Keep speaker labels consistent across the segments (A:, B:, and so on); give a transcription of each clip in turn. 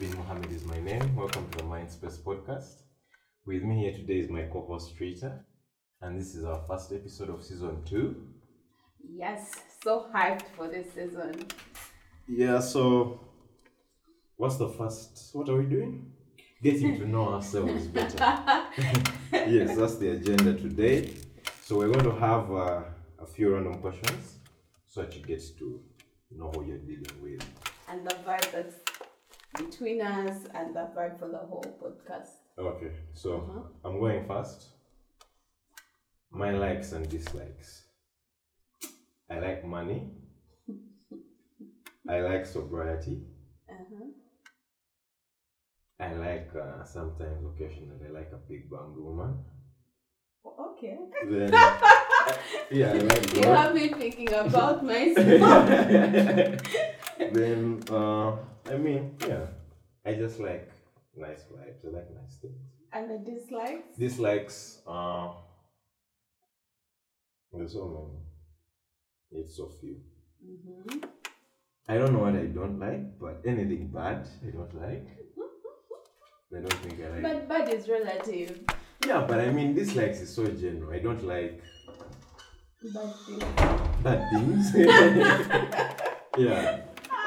A: bin Mohammed is my name. Welcome to the Mindspace podcast. With me here today is my co host Rita, and this is our first episode of season two.
B: Yes, so hyped for this season.
A: Yeah, so what's the first? What are we doing? Getting to know ourselves better. yes, that's the agenda today. So we're going to have uh, a few random questions so that you get to know who you're dealing with.
B: and the vibe that's between us and the vibe for the whole podcast.
A: Okay, so
B: Uh-huh.
A: I'm going first. My likes and dislikes. I like money. I like sobriety.
B: Uh-huh.
A: I like uh, sometimes occasionally I like a big bang woman.
B: Oh, Okay.
A: Then yeah, I like
B: You
A: God.
B: have me thinking about myself.
A: then uh, I mean yeah, I just like nice vibes. I like nice things.
B: and the dislikes.
A: dislikes uh there's so many it's so few
B: Mm-hmm.
A: i don't know what i don't like but anything bad i don't like i don't think i like
B: But bad is relative.
A: yeah but i mean dislikes is so general i don't like
B: Bad thing.
A: bad things yeah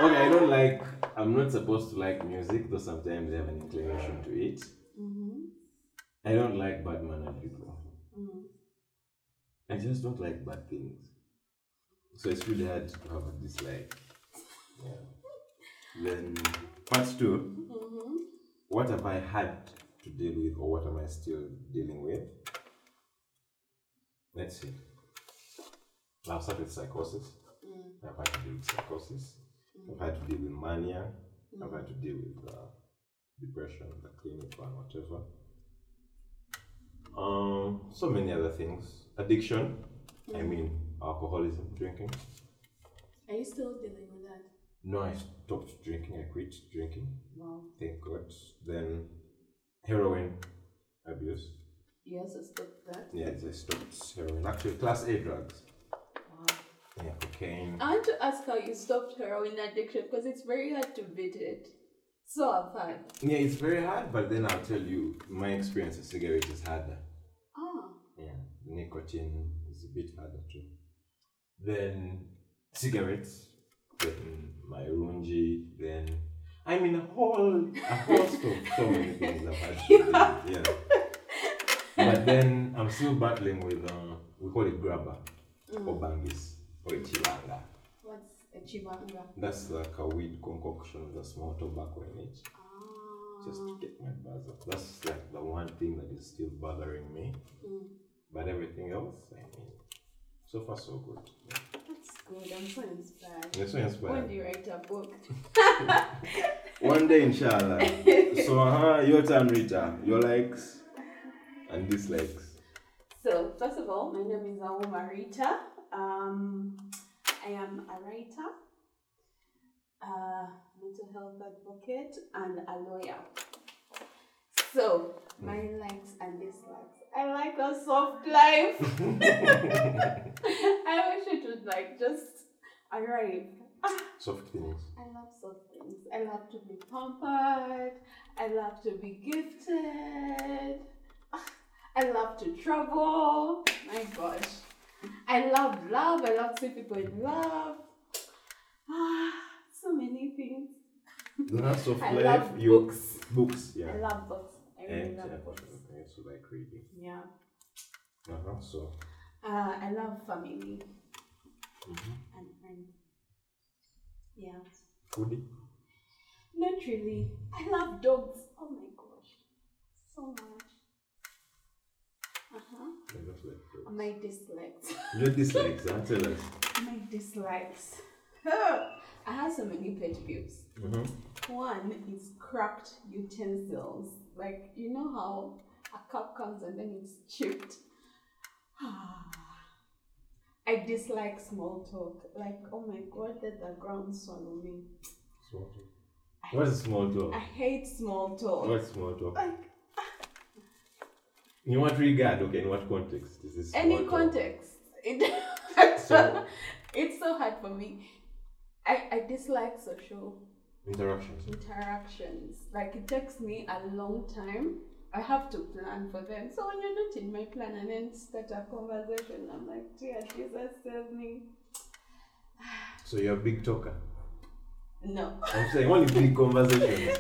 A: okay i don't like i'm not supposed to like music though sometimes i have an inclination to it
B: Mm-hmm.
A: i don't like bad mannered people
B: Mm.
A: I just don't like bad things. So it's really hard to have a dislike. Yeah. Then part two.
B: Mm-hmm.
A: What have I had to deal with or what am I still dealing with? Let's see. I'll start with psychosis.
B: Mm.
A: I've had to deal with psychosis. I've had to deal with mania. I've had to deal with uh, depression, the clinic one, whatever. Um, so many other things. Addiction. I mean, alcoholism, drinking.
B: Are you still dealing with that?
A: No, I stopped drinking. I quit drinking.
B: Wow.
A: Thank God. Then heroin abuse.
B: You also stopped that?
A: Yeah, I stopped heroin. Actually, class A drugs.
B: Wow.
A: Yeah, cocaine.
B: I want to ask how you stopped heroin addiction because it's very hard to beat it. So I've had.
A: Yeah, it's very hard, but then I'll tell you, my experience with cigarette is harder.
B: Ah.
A: Yeah, nicotine is a bit harder too. Then cigarettes, then my runji, then I mean a whole a host of so many things I've had to do. Yeah. But then I'm still battling with uh, we call it grabber or bangis or chilanga.
B: What's a chibanga?
A: That's like a weed concoction with a small tobacco in it.
B: Ah,
A: Just
B: Mm.
A: to get my buzz up. That's like the one thing that is still bothering me.
B: Mm.
A: But everything else, I mean, so far so good.
B: That's good. I'm so inspired.
A: That's so
B: When
A: inspired.
B: do you write a book?
A: One day, inshallah. so, uh-huh, your turn, Rita. Your likes and dislikes.
B: So, first of all, my name is Auma Rita. Um, I am a writer, a mental health advocate, and a lawyer. So, my likes and dislikes. I like a soft life. I wish it would like just arrive.
A: Soft things.
B: I love soft things. I love to be pampered. I love to be gifted. I love to travel. My gosh. I love love. I love to see people in love. Ah, so many things.
A: Don't have soft
B: I
A: life.
B: love
A: you
B: books.
A: books, yeah.
B: I love books. I really
A: and yeah,
B: love books.
A: I also like reading.
B: Yeah.
A: Uh-huh. So,
B: Uh, I love family
A: mm-hmm.
B: and friends. Yeah.
A: foodie.
B: Not really. I love dogs. Oh my gosh. So much. Uh huh.
A: I don't like food.
B: My dislikes.
A: Your dislikes, huh? Tell us.
B: My dislikes. I have so many pet peeves.
A: Mm-hmm.
B: One is cracked utensils. Like, you know how a cup comes and then it's chipped? I dislike small talk. Like, oh my god, let the ground swallow me.
A: Small talk. What's small talk?
B: I hate small talk.
A: What's small talk?
B: Like,
A: In what regard? Okay, in what context is this? small
B: any
A: talk?
B: context. It,
A: So-
B: it's so hard for me. I, I dislike social
A: Interactions.
B: interactions. Like it takes me a long time. I have to plan for them. So when you're not in my plan and then start a conversation, I'm like, dear Jesus, save me.
A: So you're a big talker.
B: No.
A: I'm saying only big conversations.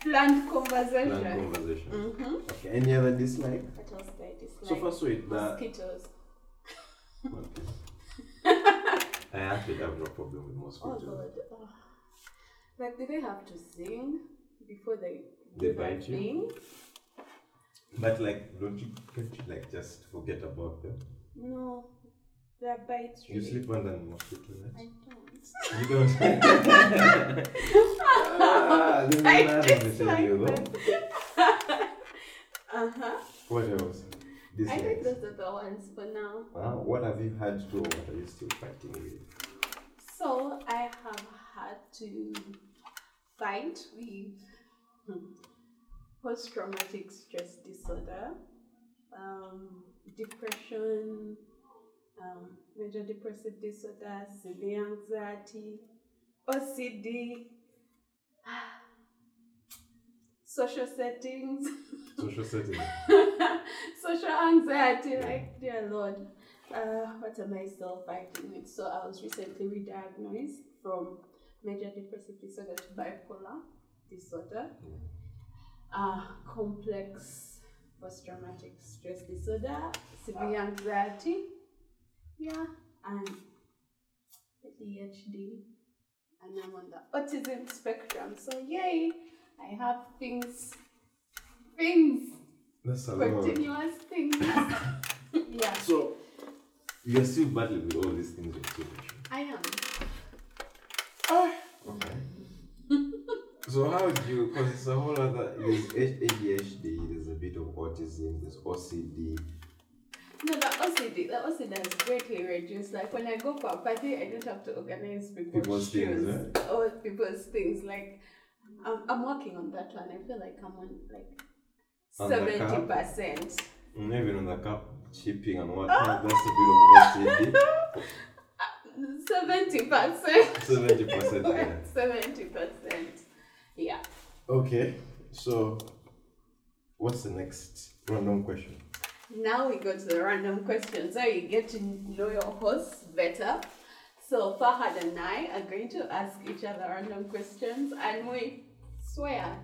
B: Planned conversation.
A: Planned conversations.
B: Mm-hmm.
A: Okay, any other dislike?
B: What else did I dislike?
A: So first with that.
B: Mosquitoes.
A: Okay. I actually have no problem with
B: Oh
A: mosquitoes.
B: God. Ugh. Like, do they have to sing before they
A: They
B: do their
A: bite you?
B: thing?
A: but like, don't you can't you like just forget about them?
B: No, they bite you.
A: You sleep under the mosquito
B: I
A: net.
B: don't.
A: You don't. ah, this is
B: I
A: another scenario,
B: dislike
A: though.
B: Uh huh.
A: What else? This
B: I think
A: one.
B: those are the ones for now.
A: Wow, what have you had to? What are you still fighting with?
B: So I have had to fight with post traumatic stress disorder, um, depression, um, major depressive disorder, severe anxiety, OCD, social settings.
A: Social setting.
B: social anxiety, like dear Lord, uh, what am I still fighting with? So I was recently re-diagnosed from major depressive disorder to bipolar disorder, uh, complex post-traumatic stress disorder, severe anxiety, yeah, and ADHD, and I'm on the autism spectrum. So yay, I have things, things
A: That's a lot.
B: continuous things. yeah,
A: So, you're still battling with all these things with depression.
B: I am.
A: Okay. so how do you? Because it's a whole other. There's ADHD. There's a bit of autism. There's OCD.
B: No, the OCD, the OCD has greatly reduced. Like when I go for a party, I don't have to organize people's,
A: People's
B: shoes
A: things, eh?
B: or people's things. Like I'm, I'm working on that one. I feel like I'm on like
A: On the curve?
B: seventy percent.
A: And even on the cup chipping and whatnot. That's a bit of OCD.
B: Seventy percent.
A: Seventy percent.
B: Seventy percent. Yeah.
A: Okay. So, what's the next random question?
B: Now we go to the random questions. So you get to know your hosts better. So Fahad and I are going to ask each other random questions, and we swear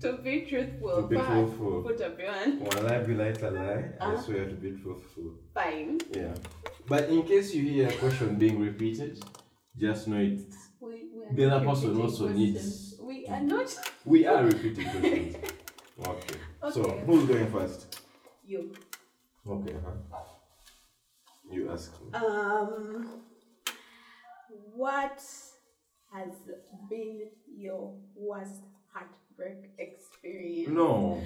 B: to be truthful.
A: To be
B: Fahad,
A: truthful.
B: Put up your hand.
A: Will I be like a lie? I
B: Uh-huh.
A: swear to be truthful.
B: Fine.
A: Yeah. But in case you hear a question being repeated, just know it.
B: We, we are
A: The other
B: not
A: person
B: repeating
A: also
B: questions.
A: needs-
B: We are not
A: We are repeating questions. Okay. So
B: Okay.
A: who's going first?
B: you.
A: Okay. Huh? You ask me.
B: Um. What has been your worst heartbreak experience?
A: No.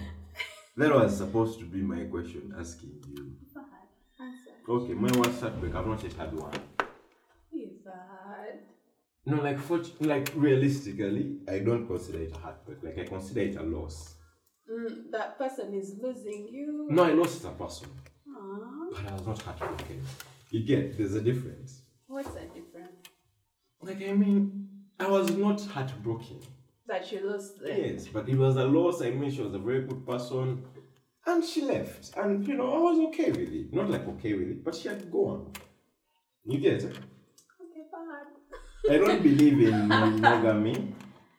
A: That was supposed to be my question asking you.
B: Fahad, answer.
A: Okay, my worst heartbreak. I've not yet had one.
B: We've had
A: No, like for, like realistically, I don't consider it a heartbreak. Like I consider it a loss.
B: mm, that person is losing you.
A: No, I lost a person,
B: Aw,
A: but I was not heartbroken. You get there's a difference.
B: What's the difference?
A: Like I mean, I was not heartbroken.
B: That you lost them.
A: Yes, but it was a loss. I mean, she was a very good person, and she left. And you know, I was okay with it. Not like okay with it, but she had gone. You get it?
B: Okay, bad.
A: I don't believe in monogamy.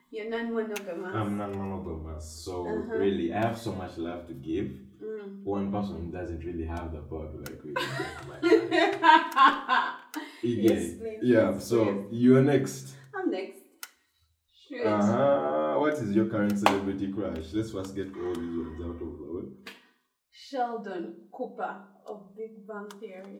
B: You're non-monogamous.
A: I'm not monogamous, so
B: Uh-huh.
A: really, I have so much love to give.
B: Mm.
A: One person doesn't really have the power to like really give my life. You get
B: Yes,
A: it?
B: please,
A: Yeah.
B: yes,
A: So you're next.
B: I'm next. Shoot.
A: Uh huh. What is your current celebrity crush? Let's first get all these ones out of the way.
B: Sheldon Cooper of Big Bang Theory.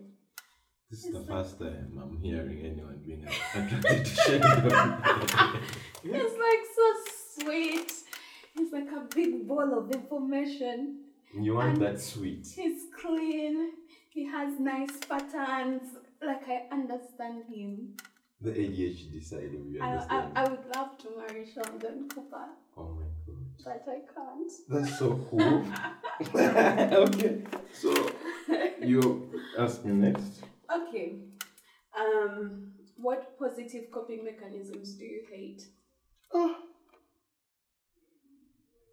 A: This is the first time I'm hearing anyone being attracted to Sheldon.
B: He's like so sweet. He's like a big ball of information.
A: you want that sweet.
B: He's clean. He has nice patterns. Like I understand him.
A: The ADHD side of you
B: I, I,
A: understand.
B: I would love to marry Sheldon Cooper,
A: oh my god.
B: but I can't.
A: That's so cool. okay. So you ask me next.
B: Okay. Um, what positive positive coping mechanisms do you hate?
A: Ah.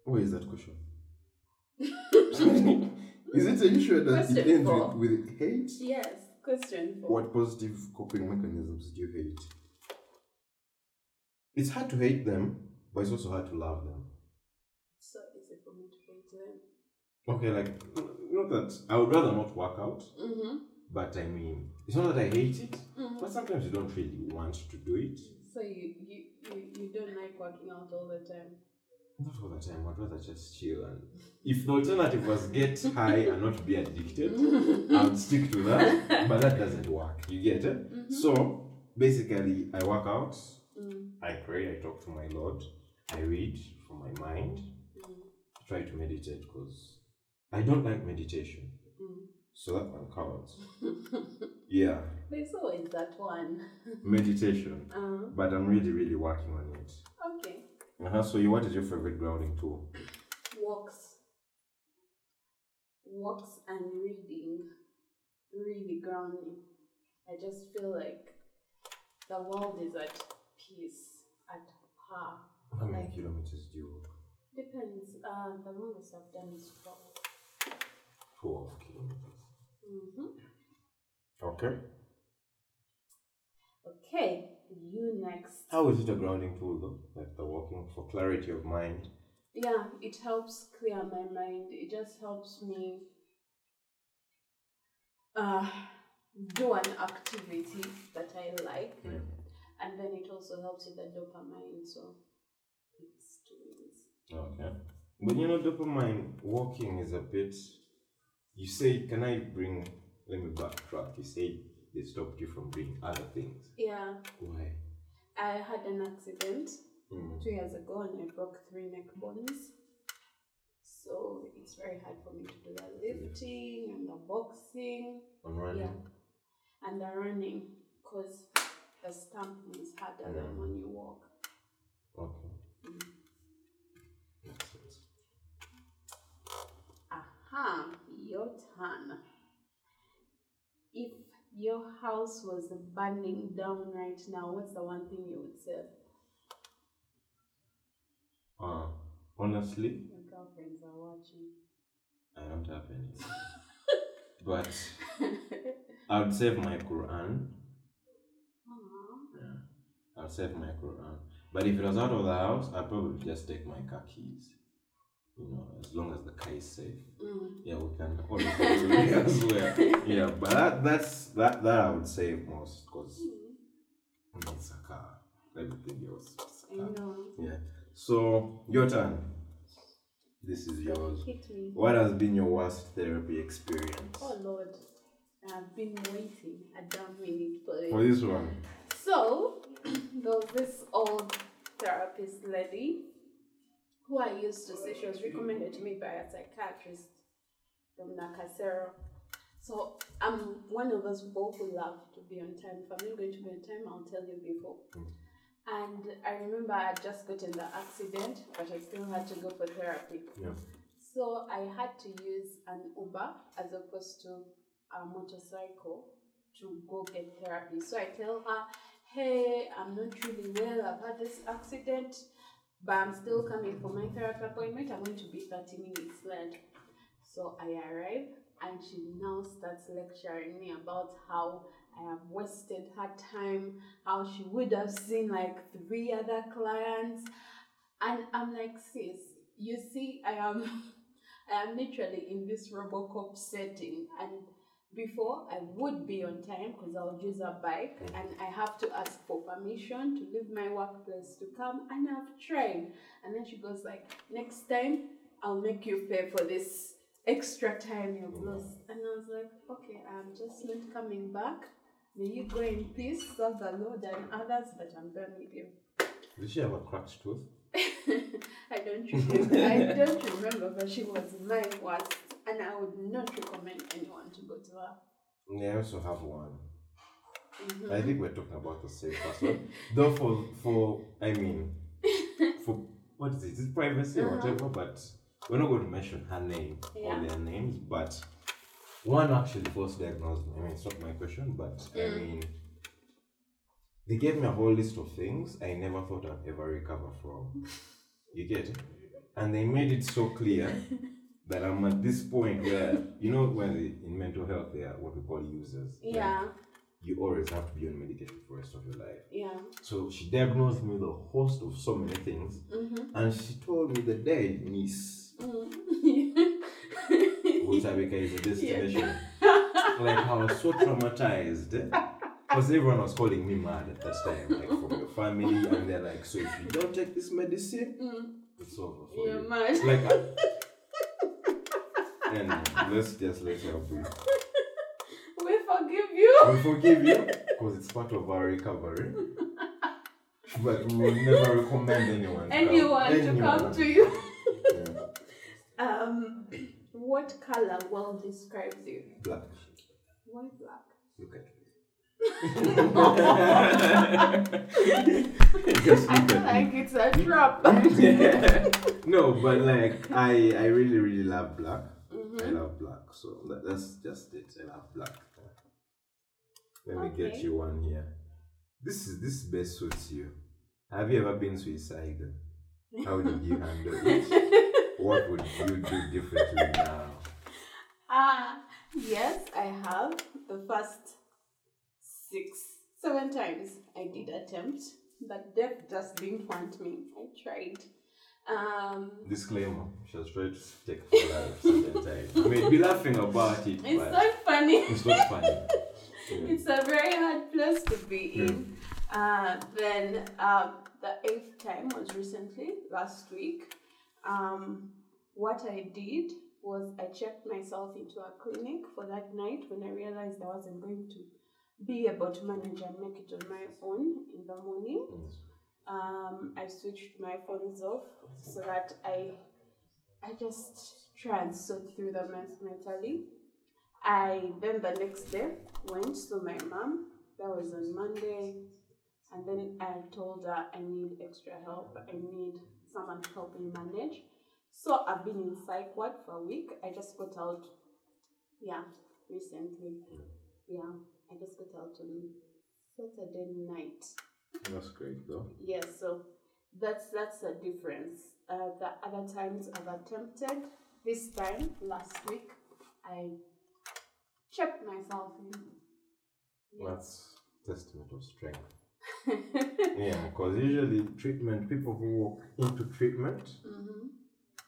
A: Where is that question? is it an issue that it
B: Question
A: ends
B: four.
A: with, with hate?
B: Yes. Question four.
A: What positive coping mechanisms do you hate? It's hard to hate them, but it's also hard to love them.
B: So easy for me to hate them.
A: Okay, like not that I would rather not work out,
B: Mm-hmm.
A: but I mean it's not that I hate it,
B: Mhm.
A: but sometimes you don't really want to do it.
B: So you, you, you, you don't like working out all the time.
A: Not all the time. I'd rather just chill and if the alternative was get high and not be addicted,
B: Mm-hmm.
A: I would stick to that. But that doesn't work. You get it?
B: Mhm.
A: So basically, I work out,
B: Mm,
A: I pray, I talk to my Lord, I read from my mind,
B: mm,
A: I try to meditate because I don't like meditation.
B: mm.
A: So that one counts. yeah,
B: There's always that one.
A: meditation.
B: Uh,
A: But I'm really, really working on it.
B: okay.
A: Uh-huh. So, you, what is your favorite grounding tool?
B: Walks. Walks and reading. Really grounding. I just feel like the world is at peace, at par.
A: How many kilometers do you walk?
B: Depends. Uh, the longest I've done is 4
A: Twelve kilometers.
B: Mm-hmm.
A: Okay.
B: Okay, you next.
A: How is it a grounding tool though? Like the walking for clarity of mind.
B: Yeah, it helps clear my mind. It just helps me uh, do an activity that I like,
A: Yeah.
B: and then it also helps with the dopamine. So it's two ways.
A: Okay. But you know, dopamine walking is a bit. You say, can I bring? Let me backtrack. You say they stopped you from doing other things.
B: Yeah,
A: Why?
B: I had an accident
A: Mm.
B: two years ago, and I broke three neck bones. So it's very hard for me to do the lifting and the boxing.
A: I'm running.
B: Yeah. And the running, because the stamping is harder than when you walk.
A: Okay. Makes sense.
B: Aha, your turn. If your house was burning down right now, what's the one thing you would save?
A: Uh, honestly,
B: Your girlfriends are watching.
A: I don't have any. but I would save my Quran.
B: Aw,
A: Yeah. I'll save my Quran. But if it was out of the house, I'd probably just take my car keys. You know, as long as the car is safe.
B: Mm.
A: Yeah, we can always go to the elsewhere. Yeah, but that, that's that that I would save most because it's a car. Everything else. is
B: I
A: a car.
B: know.
A: Yeah. So your turn. This is yours.
B: Hit me.
A: What has been your worst therapy experience?
B: Oh Lord, I've been waiting a damn minute for it.
A: For this one.
B: So, there was this old therapist lady who I used to see, she was recommended to me by a psychiatrist from Nakasero. So, I'm one of those people who love to be on time. If I'm not going to be on time, I'll tell you before. And I remember I would just got in the accident, but I still had to go for therapy.
A: Yeah.
B: So I had to use an Uber as opposed to a motorcycle to go get therapy. So I tell her, hey, I'm not really well, I've had this accident, but I'm still coming for my therapy appointment. I'm going to be 30 minutes late. So I arrive and she now starts lecturing me about how I have wasted her time, how she would have seen like three other clients. And I'm like, sis, you see, I am I am literally in this Robocop setting and before I would be on time because I would use a bike and I have to ask for permission to leave my workplace to come and I've tried. And then she goes like, next time I'll make you pay for this extra time you've lost. And I was like, okay, I'm just not coming back. May you go in peace, serve the Lord and others, but I'm done with you.
A: Did she have a cracked tooth?
B: I don't remember. I don't remember, but she was my worst, and I would not recommend anyone to go to her.
A: Yeah, I also have one.
B: Mhm.
A: I think we're talking about the same person. Though for for I mean for what is it? It's privacy or
B: Uh-huh.
A: whatever, but we're not going to mention her name
B: Yeah.
A: or their names, but one actually false diagnosed me. I mean it's not my question, but I
B: Mm.
A: mean They gave me a whole list of things I never thought I'd ever recover from. You get it? And they made it so clear that I'm at this point where, you know, when the, in mental health, they are what we call users. Like,
B: Yeah,
A: you always have to be on medication for the rest of your life.
B: yeah.
A: So she diagnosed me with a host of so many things.
B: Mm-hmm.
A: And she told me the day, niece,
B: Mm-hmm.
A: Utabeka is a destination. like I was so traumatized because everyone was calling me mad at that time, like from your family, and they're like, "So if you don't take this medicine,
B: Mm,
A: it's over for
B: you're
A: you."
B: mad.
A: Like, I, and let's just let her be.
B: We forgive you.
A: We forgive you because it's part of our recovery, but we will never recommend anyone. to come-
B: Anyone to come
A: anyone.
B: to you.
A: Yeah.
B: Um, what color well describes you?
A: Black.
B: Why black?
A: Look at me. Just
B: I
A: look
B: feel
A: at me.
B: like it's a trap.
A: no, but like I, I really, really love black. I
B: Mhm.
A: love black, so that, that's just it. I love black. Let me get
B: Okay.
A: you one here. This is this best suits you. Have you ever been suicidal? How did you handle it? What would you do differently now?
B: Ah, yes, I have. The first six, seven times I did attempt, but death just didn't want me. I tried. Um,
A: Disclaimer: She has tried to take her life certain time. We may be laughing about it,
B: it's
A: but
B: not funny.
A: it's not funny. Yeah.
B: It's a very hard place to be in. Uh, then uh, the eighth time was recently, last week. Um, what I did was I checked myself into a clinic for that night when I realized I wasn't going to be able to manage and make it on my own in the morning.
A: Mm.
B: Um, I switched my phones off so that I I just try and sort through them men- mentally. I then the next day went to my mom. That was on Monday, and then I told her I need extra help. I need someone to help me manage. So I've been in psych ward for a week. I just got out, yeah, recently. Yeah, I just got out on Saturday night.
A: That's great though.
B: Yes, so that's that's the difference. Uh, the other times I've attempted. This time last week, I checked myself in.
A: That's testament of strength.
B: mm-hmm.
A: Yeah, because usually treatment, people who walk into treatment,
B: Mm-hmm.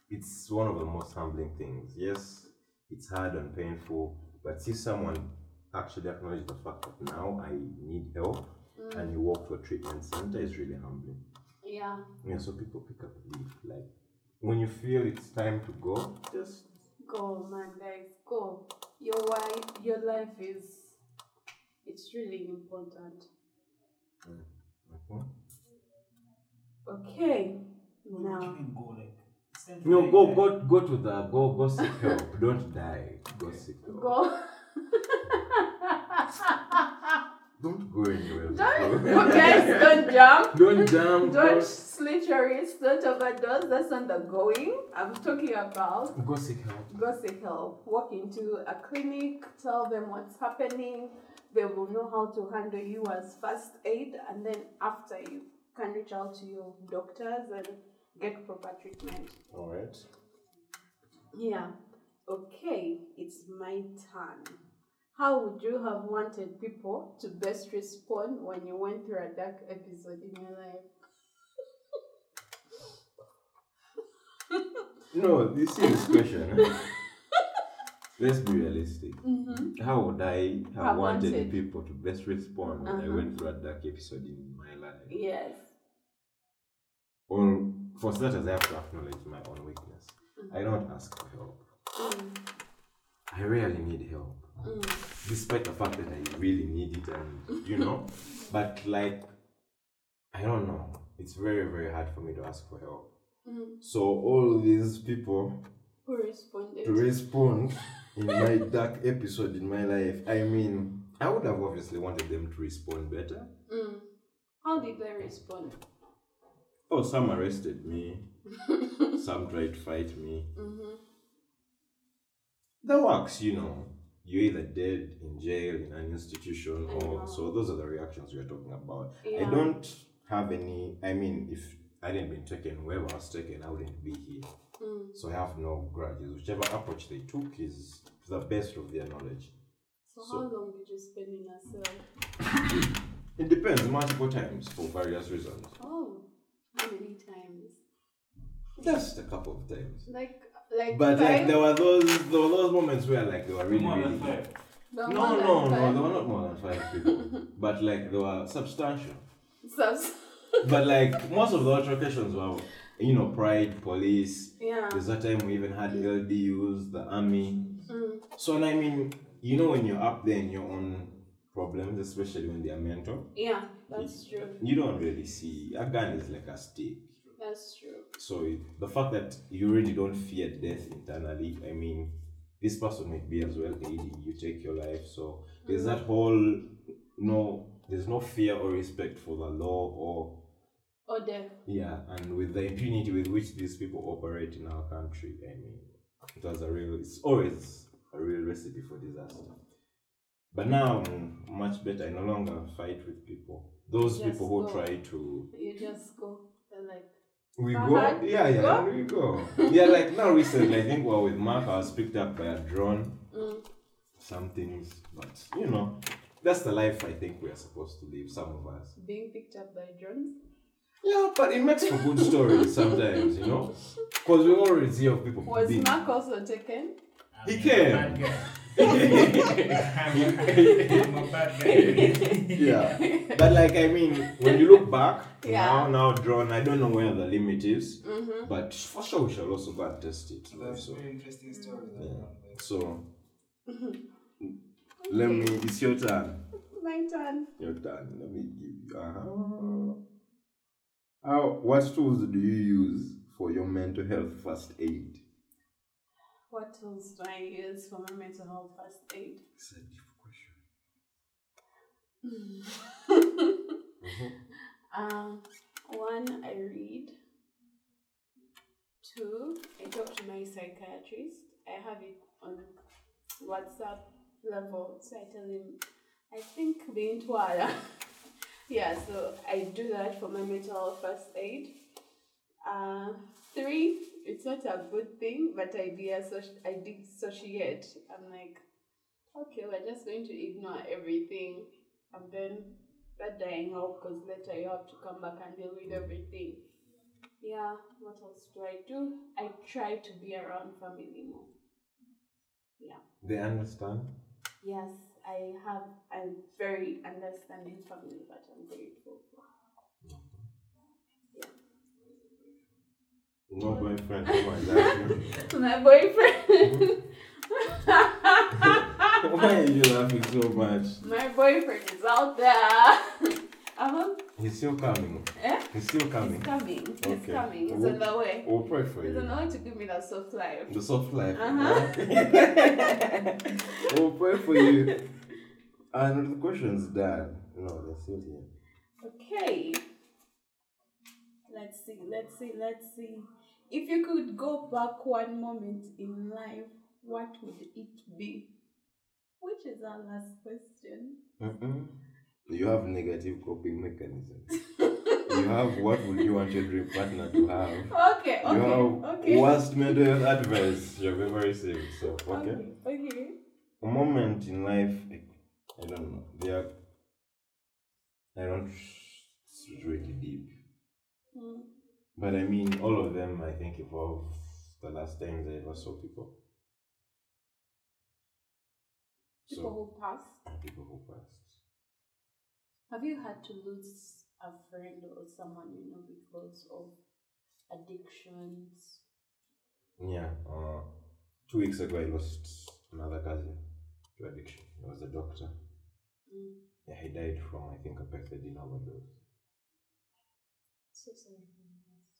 A: it's one of the most humbling things. Yes, it's hard and painful, but see someone actually acknowledge the fact that now I need help
B: Mm.
A: and you walk to a treatment center is really humbling.
B: Yeah.
A: Yeah, so people pick up the leaf. Like when you feel it's time to go, just
B: Go, man, guys, go. Your wife, your life is. It's really important.
A: mhm.
B: Okay.
C: What do you
B: Now.
C: mean go like? It's time to
A: no
C: like
A: go
C: that.
A: go go to the go go seek help. Don't die. Go seek help.
B: Go.
A: Don't go anywhere.
B: don't, guys, don't jump.
A: Don't jump.
B: Don't slit your wrist, don't overdose, that's not the going. I'm talking about
A: Go seek help.
B: go seek help. Walk into a clinic, tell them what's happening, they will know how to handle you as first aid, and then after you can reach out to your doctors and get proper treatment.
A: All right.
B: Yeah. Okay, it's my turn. How would you have wanted people to best respond when you went through a dark episode in your life?
A: No, this is question. eh? Let's be realistic.
B: Mm-hmm.
A: How would I have
B: Have
A: wanted,
B: wanted.
A: people to best respond when
B: Uh-huh.
A: I went through a dark episode in my life?
B: Yes.
A: Or for starters, I have to acknowledge my own weakness. I
B: Mm-hmm.
A: don't ask for help.
B: Mm,
A: I rarely need help,
B: mm.
A: despite the fact that I really need it, and you know. but like, I don't know. It's very, very hard for me to ask for help.
B: Mm,
A: So all these people
B: who responded?
A: to respond in my dark episode in my life. I mean, I would have obviously wanted them to respond better.
B: mm. How did they respond?
A: Oh, some arrested me, some tried to fight me.
B: Mm-hmm.
A: That works, you know. you're either dead in jail in an institution
B: I know.
A: or so those are the reactions we're talking about
B: Yeah.
A: i don't have any i mean if i hadn't been taken whoever was taken i wouldn't be here
B: Mm.
A: so i have no grudges whichever approach they took is to the best of their knowledge
B: So,
A: So-
B: how long did you spend in a cell?
A: it depends multiple times for various reasons
B: Oh, how many times?
A: just a couple of times
B: Like, like.
A: but like
B: five?
A: there were those there were those moments where like they were really
C: More
A: really
C: than five.
B: No,
A: no no no
B: more than five.
A: they were not more than five people but like they were substantial
B: Subs-
A: But like most of the altercations were, you know, pride, police.
B: yeah.
A: There's that time we even had LDUs, the army.
B: Mm.
A: So and I mean, you know, when you're up there in your own problems, especially when they're mental,
B: Yeah, that's true.
A: you don't really see a gun is like a stick.
B: That's true.
A: So it, the fact that you really don't fear death internally, I mean, this person might be as well AD. You take your life, so there's
B: Mm.
A: that whole no. There's no fear or respect for the law or
B: Or death.
A: Yeah, and with the impunity with which these people operate in our country, I mean, it was a real, it's always a real recipe for disaster. But now I'm much better. I no longer fight with people. Those
B: Yes,
A: people who
B: go.
A: try to,
B: You just go. They're like,
A: we
B: Uh-huh.
A: go, yeah, yeah,
B: Go.
A: we go. yeah, like now recently, I think we were with Mark. I was picked up by a drone,
B: mm,
A: some things, but you know, that's the life I think we are supposed to live. Some of us.
B: being picked up by drones.
A: Yeah, but it makes for good stories sometimes, you know? Because we always hear of people
B: Was
A: being.
B: Mark also taken?
C: I'm
A: He
C: a
A: came.
C: bad guy. I'm a-
A: yeah.
C: I'm a bad guy.
A: But like I mean, when you look back,
B: Yeah.
A: now now drawn, I don't know where the limit is,
B: Mm-hmm.
A: but for sure we shall also go and test it. right?
C: That's
A: So,
C: very interesting story. that
A: Yeah.
C: one there.
A: so
B: Mm-hmm.
A: let me. It's your turn.
B: My turn.
A: Your turn. Let me give you. Uh-huh. How, what tools do you use for your mental health first aid?
B: What tools do I use for my mental health first aid?
A: It's a deep question.
B: um, one, I read. Two, I talk to my psychiatrist. I have it on WhatsApp level, so I tell him, I think being Twala. yeah, so I do that for my mental health first aid. Uh, three, it's not a good thing, but I deassoci- I dissociate. I'm like, okay, we're just going to ignore everything and then start dying off because later you have to come back and deal with everything. Yeah, what else do I do? I try to be around family more. Yeah.
A: They understand.
B: Yes, I have a very understanding family that I'm grateful for.
A: No boyfriend. Oh my God.
B: My boyfriend.
A: Why are you laughing so much?
B: My boyfriend is out there. Uh-huh.
A: He's still coming.
B: Eh?
A: He's still
B: He's
A: coming.
B: coming. He's
A: Okay.
B: coming. He's on the way.
A: We'll pray for
B: He's on
A: you.
B: the way to give me that soft life.
A: The soft life.
B: Uh-huh.
A: we'll pray for you. And the question's done. No, they're still here.
B: Okay. Let's see, let's see, let's see. If you could go back one moment in life, what would it be? Which is our last question.
A: Mm-mm. You have negative coping mechanisms. you have what would you want your dream partner to have?
B: Okay, okay,
A: you have
B: okay.
A: worst mental health advice you've ever received. So, okay.
B: Okay, okay.
A: a moment in life like, i don't know they are i don't it's really deep
B: Mm,
A: but i mean all of them i think evolve the last times i ever saw people
B: People
A: so
B: who passed.
A: people who passed
B: Have you had to lose a friend or someone you know because of addictions?
A: yeah uh, two weeks ago i lost another cousin to addiction he was a doctor
B: Mm,
A: yeah he died from i think a pethidine overdose
B: so sorry.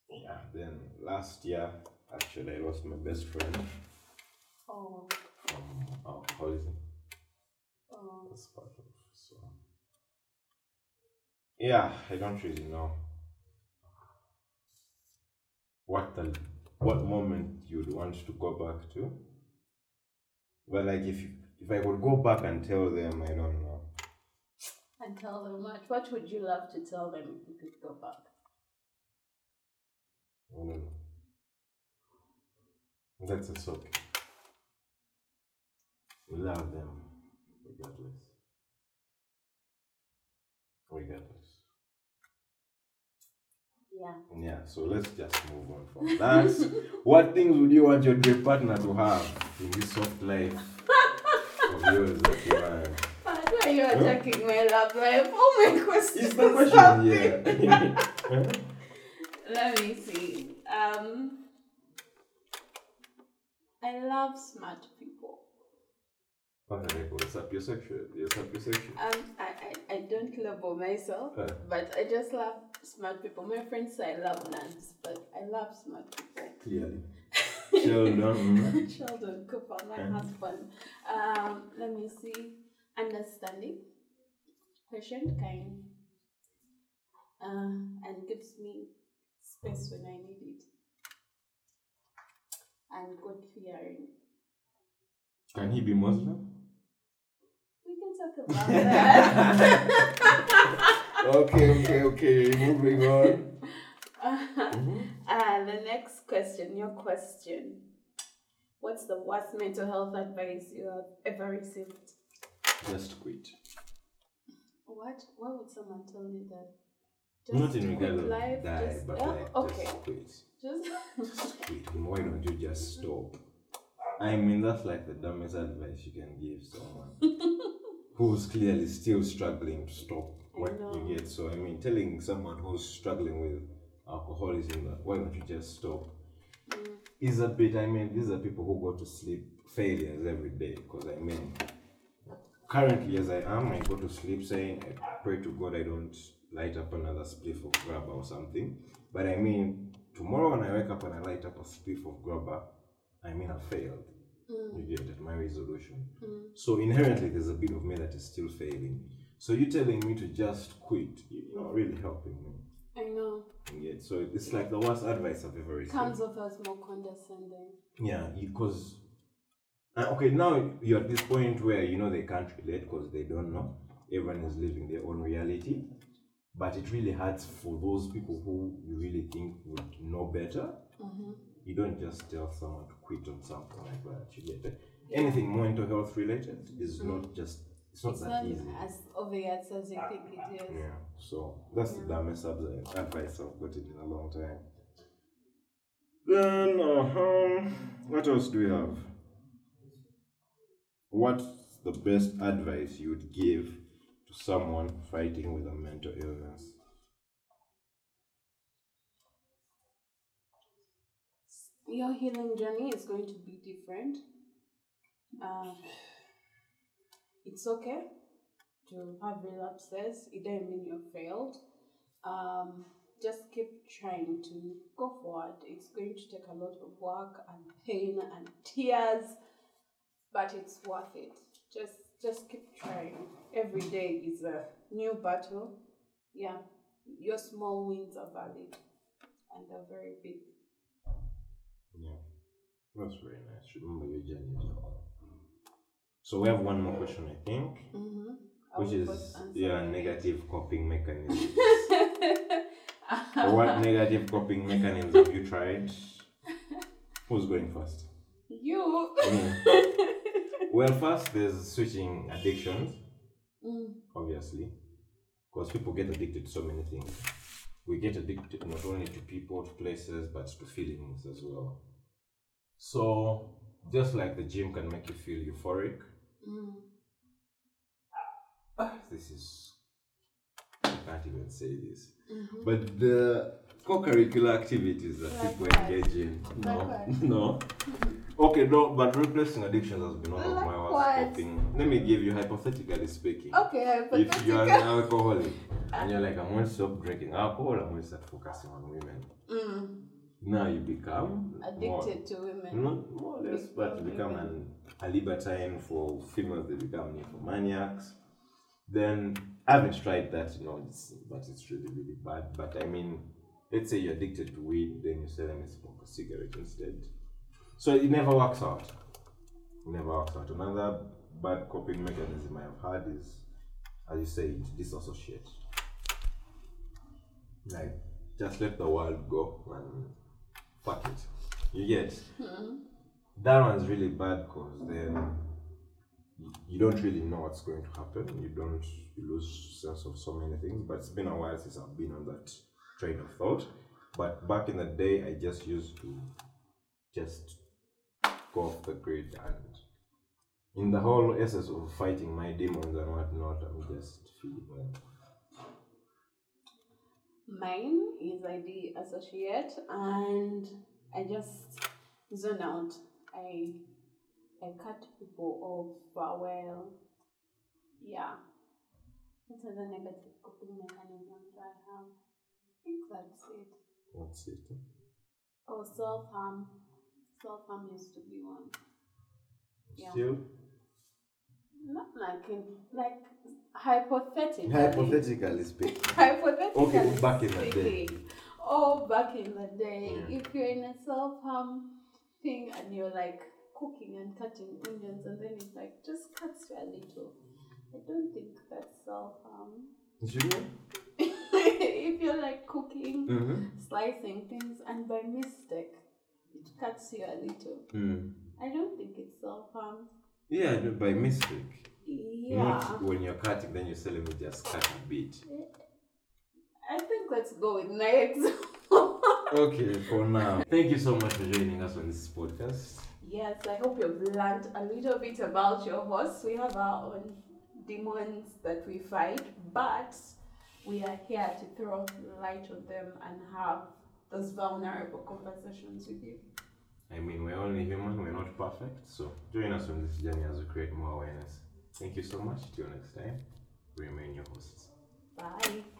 B: for the loss.
A: yeah then last year actually i lost my best friend
B: Oh,
A: from alcoholism
B: oh.
A: That's part of so. Yeah, I don't really know what the what moment you'd want to go back to. But like if you If I could go back and tell them, I don't know.
B: And tell them what? What would you love to tell them if you could go back?
A: I don't know. That's a sock. We love them regardless. Regardless.
B: Yeah.
A: Yeah, so let's just move on from that. what things would you want your dream partner to have in this soft life of yours that you have?
B: Why are you attacking my love life? Oh my question.
A: It's the question, yeah.
B: Let me see. Um, I love smart people.
A: What are they called? Sapiosexual. You're sapiosexual.
B: Um, I, I, I don't care about myself,
A: Uh.
B: but I just love smart people. My friends say I love nuns, but I love smart people.
A: Clearly. mm-hmm. Children.
B: Sheldon Cooper, my
A: Okay.
B: husband. Um, let me see. Understanding, patient, kind, uh, and gives me space when I need it. And good fearing.
A: Can he be Muslim?
B: We can talk about that.
A: Okay, okay, okay. Moving on. Mm-hmm.
B: Ah, the next question, your question. What's the worst mental health advice you have ever received?
A: Just quit.
B: What? Why would someone tell you that?
A: Not in
B: quit
A: regard of
B: life,
A: die,
B: just-
A: but
B: yeah,
A: like
B: okay.
A: just quit.
B: Just
A: Just quit. Why don't you just
B: Mm-hmm.
A: stop? I mean, that's like the dumbest advice you can give someone who's clearly still struggling to stop what
B: know.
A: you get. So, I mean, telling someone who's struggling with alcoholism that why don't you just stop
B: Mm.
A: is a bit. I mean, these are people who go to sleep failures every day because I mean, currently as I am, I go to sleep saying, I pray to God I don't light up another spliff of grabber or something. But I mean, tomorrow when I wake up and I light up a spliff of grabber, I mean, I failed. You get at my resolution. So inherently, there's a bit of me that is still failing. So you telling me to just quit, you're not really helping me.
B: I know.
A: Yeah, so it's like the worst advice I've ever received.
B: Comes off as more condescending.
A: Yeah, because uh, okay, now you're at this point where you know they can't relate because they don't know. Everyone is living their own reality, but it really hurts for those people who you really think would know better.
B: Mm-hmm.
A: You don't just tell someone to quit on something like that. You get that. anything mental health related is not just it's not
B: Mm-hmm. It's
A: that easy.
B: not as obvious as you think it is.
A: Yeah, so that's the dumbest advi- advice I've gotten in a long time. Then, uh, what else do we have? What's the best advice you would give to someone fighting with a mental illness?
B: Your healing journey is going to be different. Uh, it's okay to have relapses. It doesn't mean you failed. Um, just keep trying to go forward. It's going to take a lot of work and pain and tears, but it's worth it. Just just keep trying. Every day is a new battle. Yeah, your small wins are valid, and they're very big.
A: Yeah, that's very nice. Remember your journey is your own. So we have one more question, I think,
B: Mm-hmm.
A: which is yeah, negative coping mechanisms. what negative coping mechanisms have you tried? Who's going first?
B: you.
A: Well, first there's switching addictions,
B: Mm.
A: obviously, because people get addicted to so many things. We get addicted not only to people, to places, but to feelings as well. So, just like the gym can make you feel euphoric,
B: Mm.
A: this is I can't even say this. But the co-curricular activities that people engage in. No,
B: Likewise.
A: no. Okay, no, but replacing addictions has been one of my worst
B: Likewise.
A: coping. Let me give you hypothetically speaking.
B: Okay, but
A: If you are an alcoholic and you're like, I'm going to stop drinking alcohol, I'm going to start focusing on women.
B: mm.
A: Now you become more-
B: addicted to women.
A: not Hmm? more or less, but to become an, a libertine for females, they become nymphomaniacs. Then I haven't tried that, you know, it's, but it's really, really bad. But I mean, let's say you're addicted to weed, then you say, let me smoke a cigarette instead. So it never works out. It never works out. Another bad coping mechanism I have had is, as you said, disassociate. Like, just let the world go and fuck it. You get that one's really bad because then you- you don't really know what's going to happen. You don't you lose sense of so many things. But it's been a while since I've been on that train of thought. But back in the day, I just used to just go off the grid and in the whole essence of fighting my demons and whatnot, I'm just feeling well. Mm-hmm.
B: Mine is I de associate and I just zone out. I I cut people off for a while. Yeah. What are the negative coping mechanisms I have? I think that's it.
A: That's it.
B: Oh self harm. Self harm used to be one. Yeah.
A: Still
B: Not like in like hypothetically.
A: hypothetically speaking.
B: hypothetically
A: Okay, oh, back in the day.
B: speaking, or back in the day
A: Yeah.
B: if you're in a self-harm thing and you're like cooking and cutting onions and then it's like just cut a little i don't think that's self-harm if you're like cooking
A: Mm-hmm.
B: slicing things and by mistake it cuts you a little
A: Mm.
B: i don't think it's self-harm
A: Yeah, no, by mistake.
B: yeah
A: Not when you're cutting, then you sell them just cut a bit.
B: i think let's go with next
A: Okay, for now. Thank you so much for joining us on this podcast.
B: Yes, I hope you've learned a little bit about your horse. We have our own demons that we fight, but we are here to throw light on them and have those vulnerable conversations with you.
A: I mean, we're only human, we're not perfect. So join us on this journey as we create more awareness. Thank you so much. Till next time, remain your hosts.
B: Bye.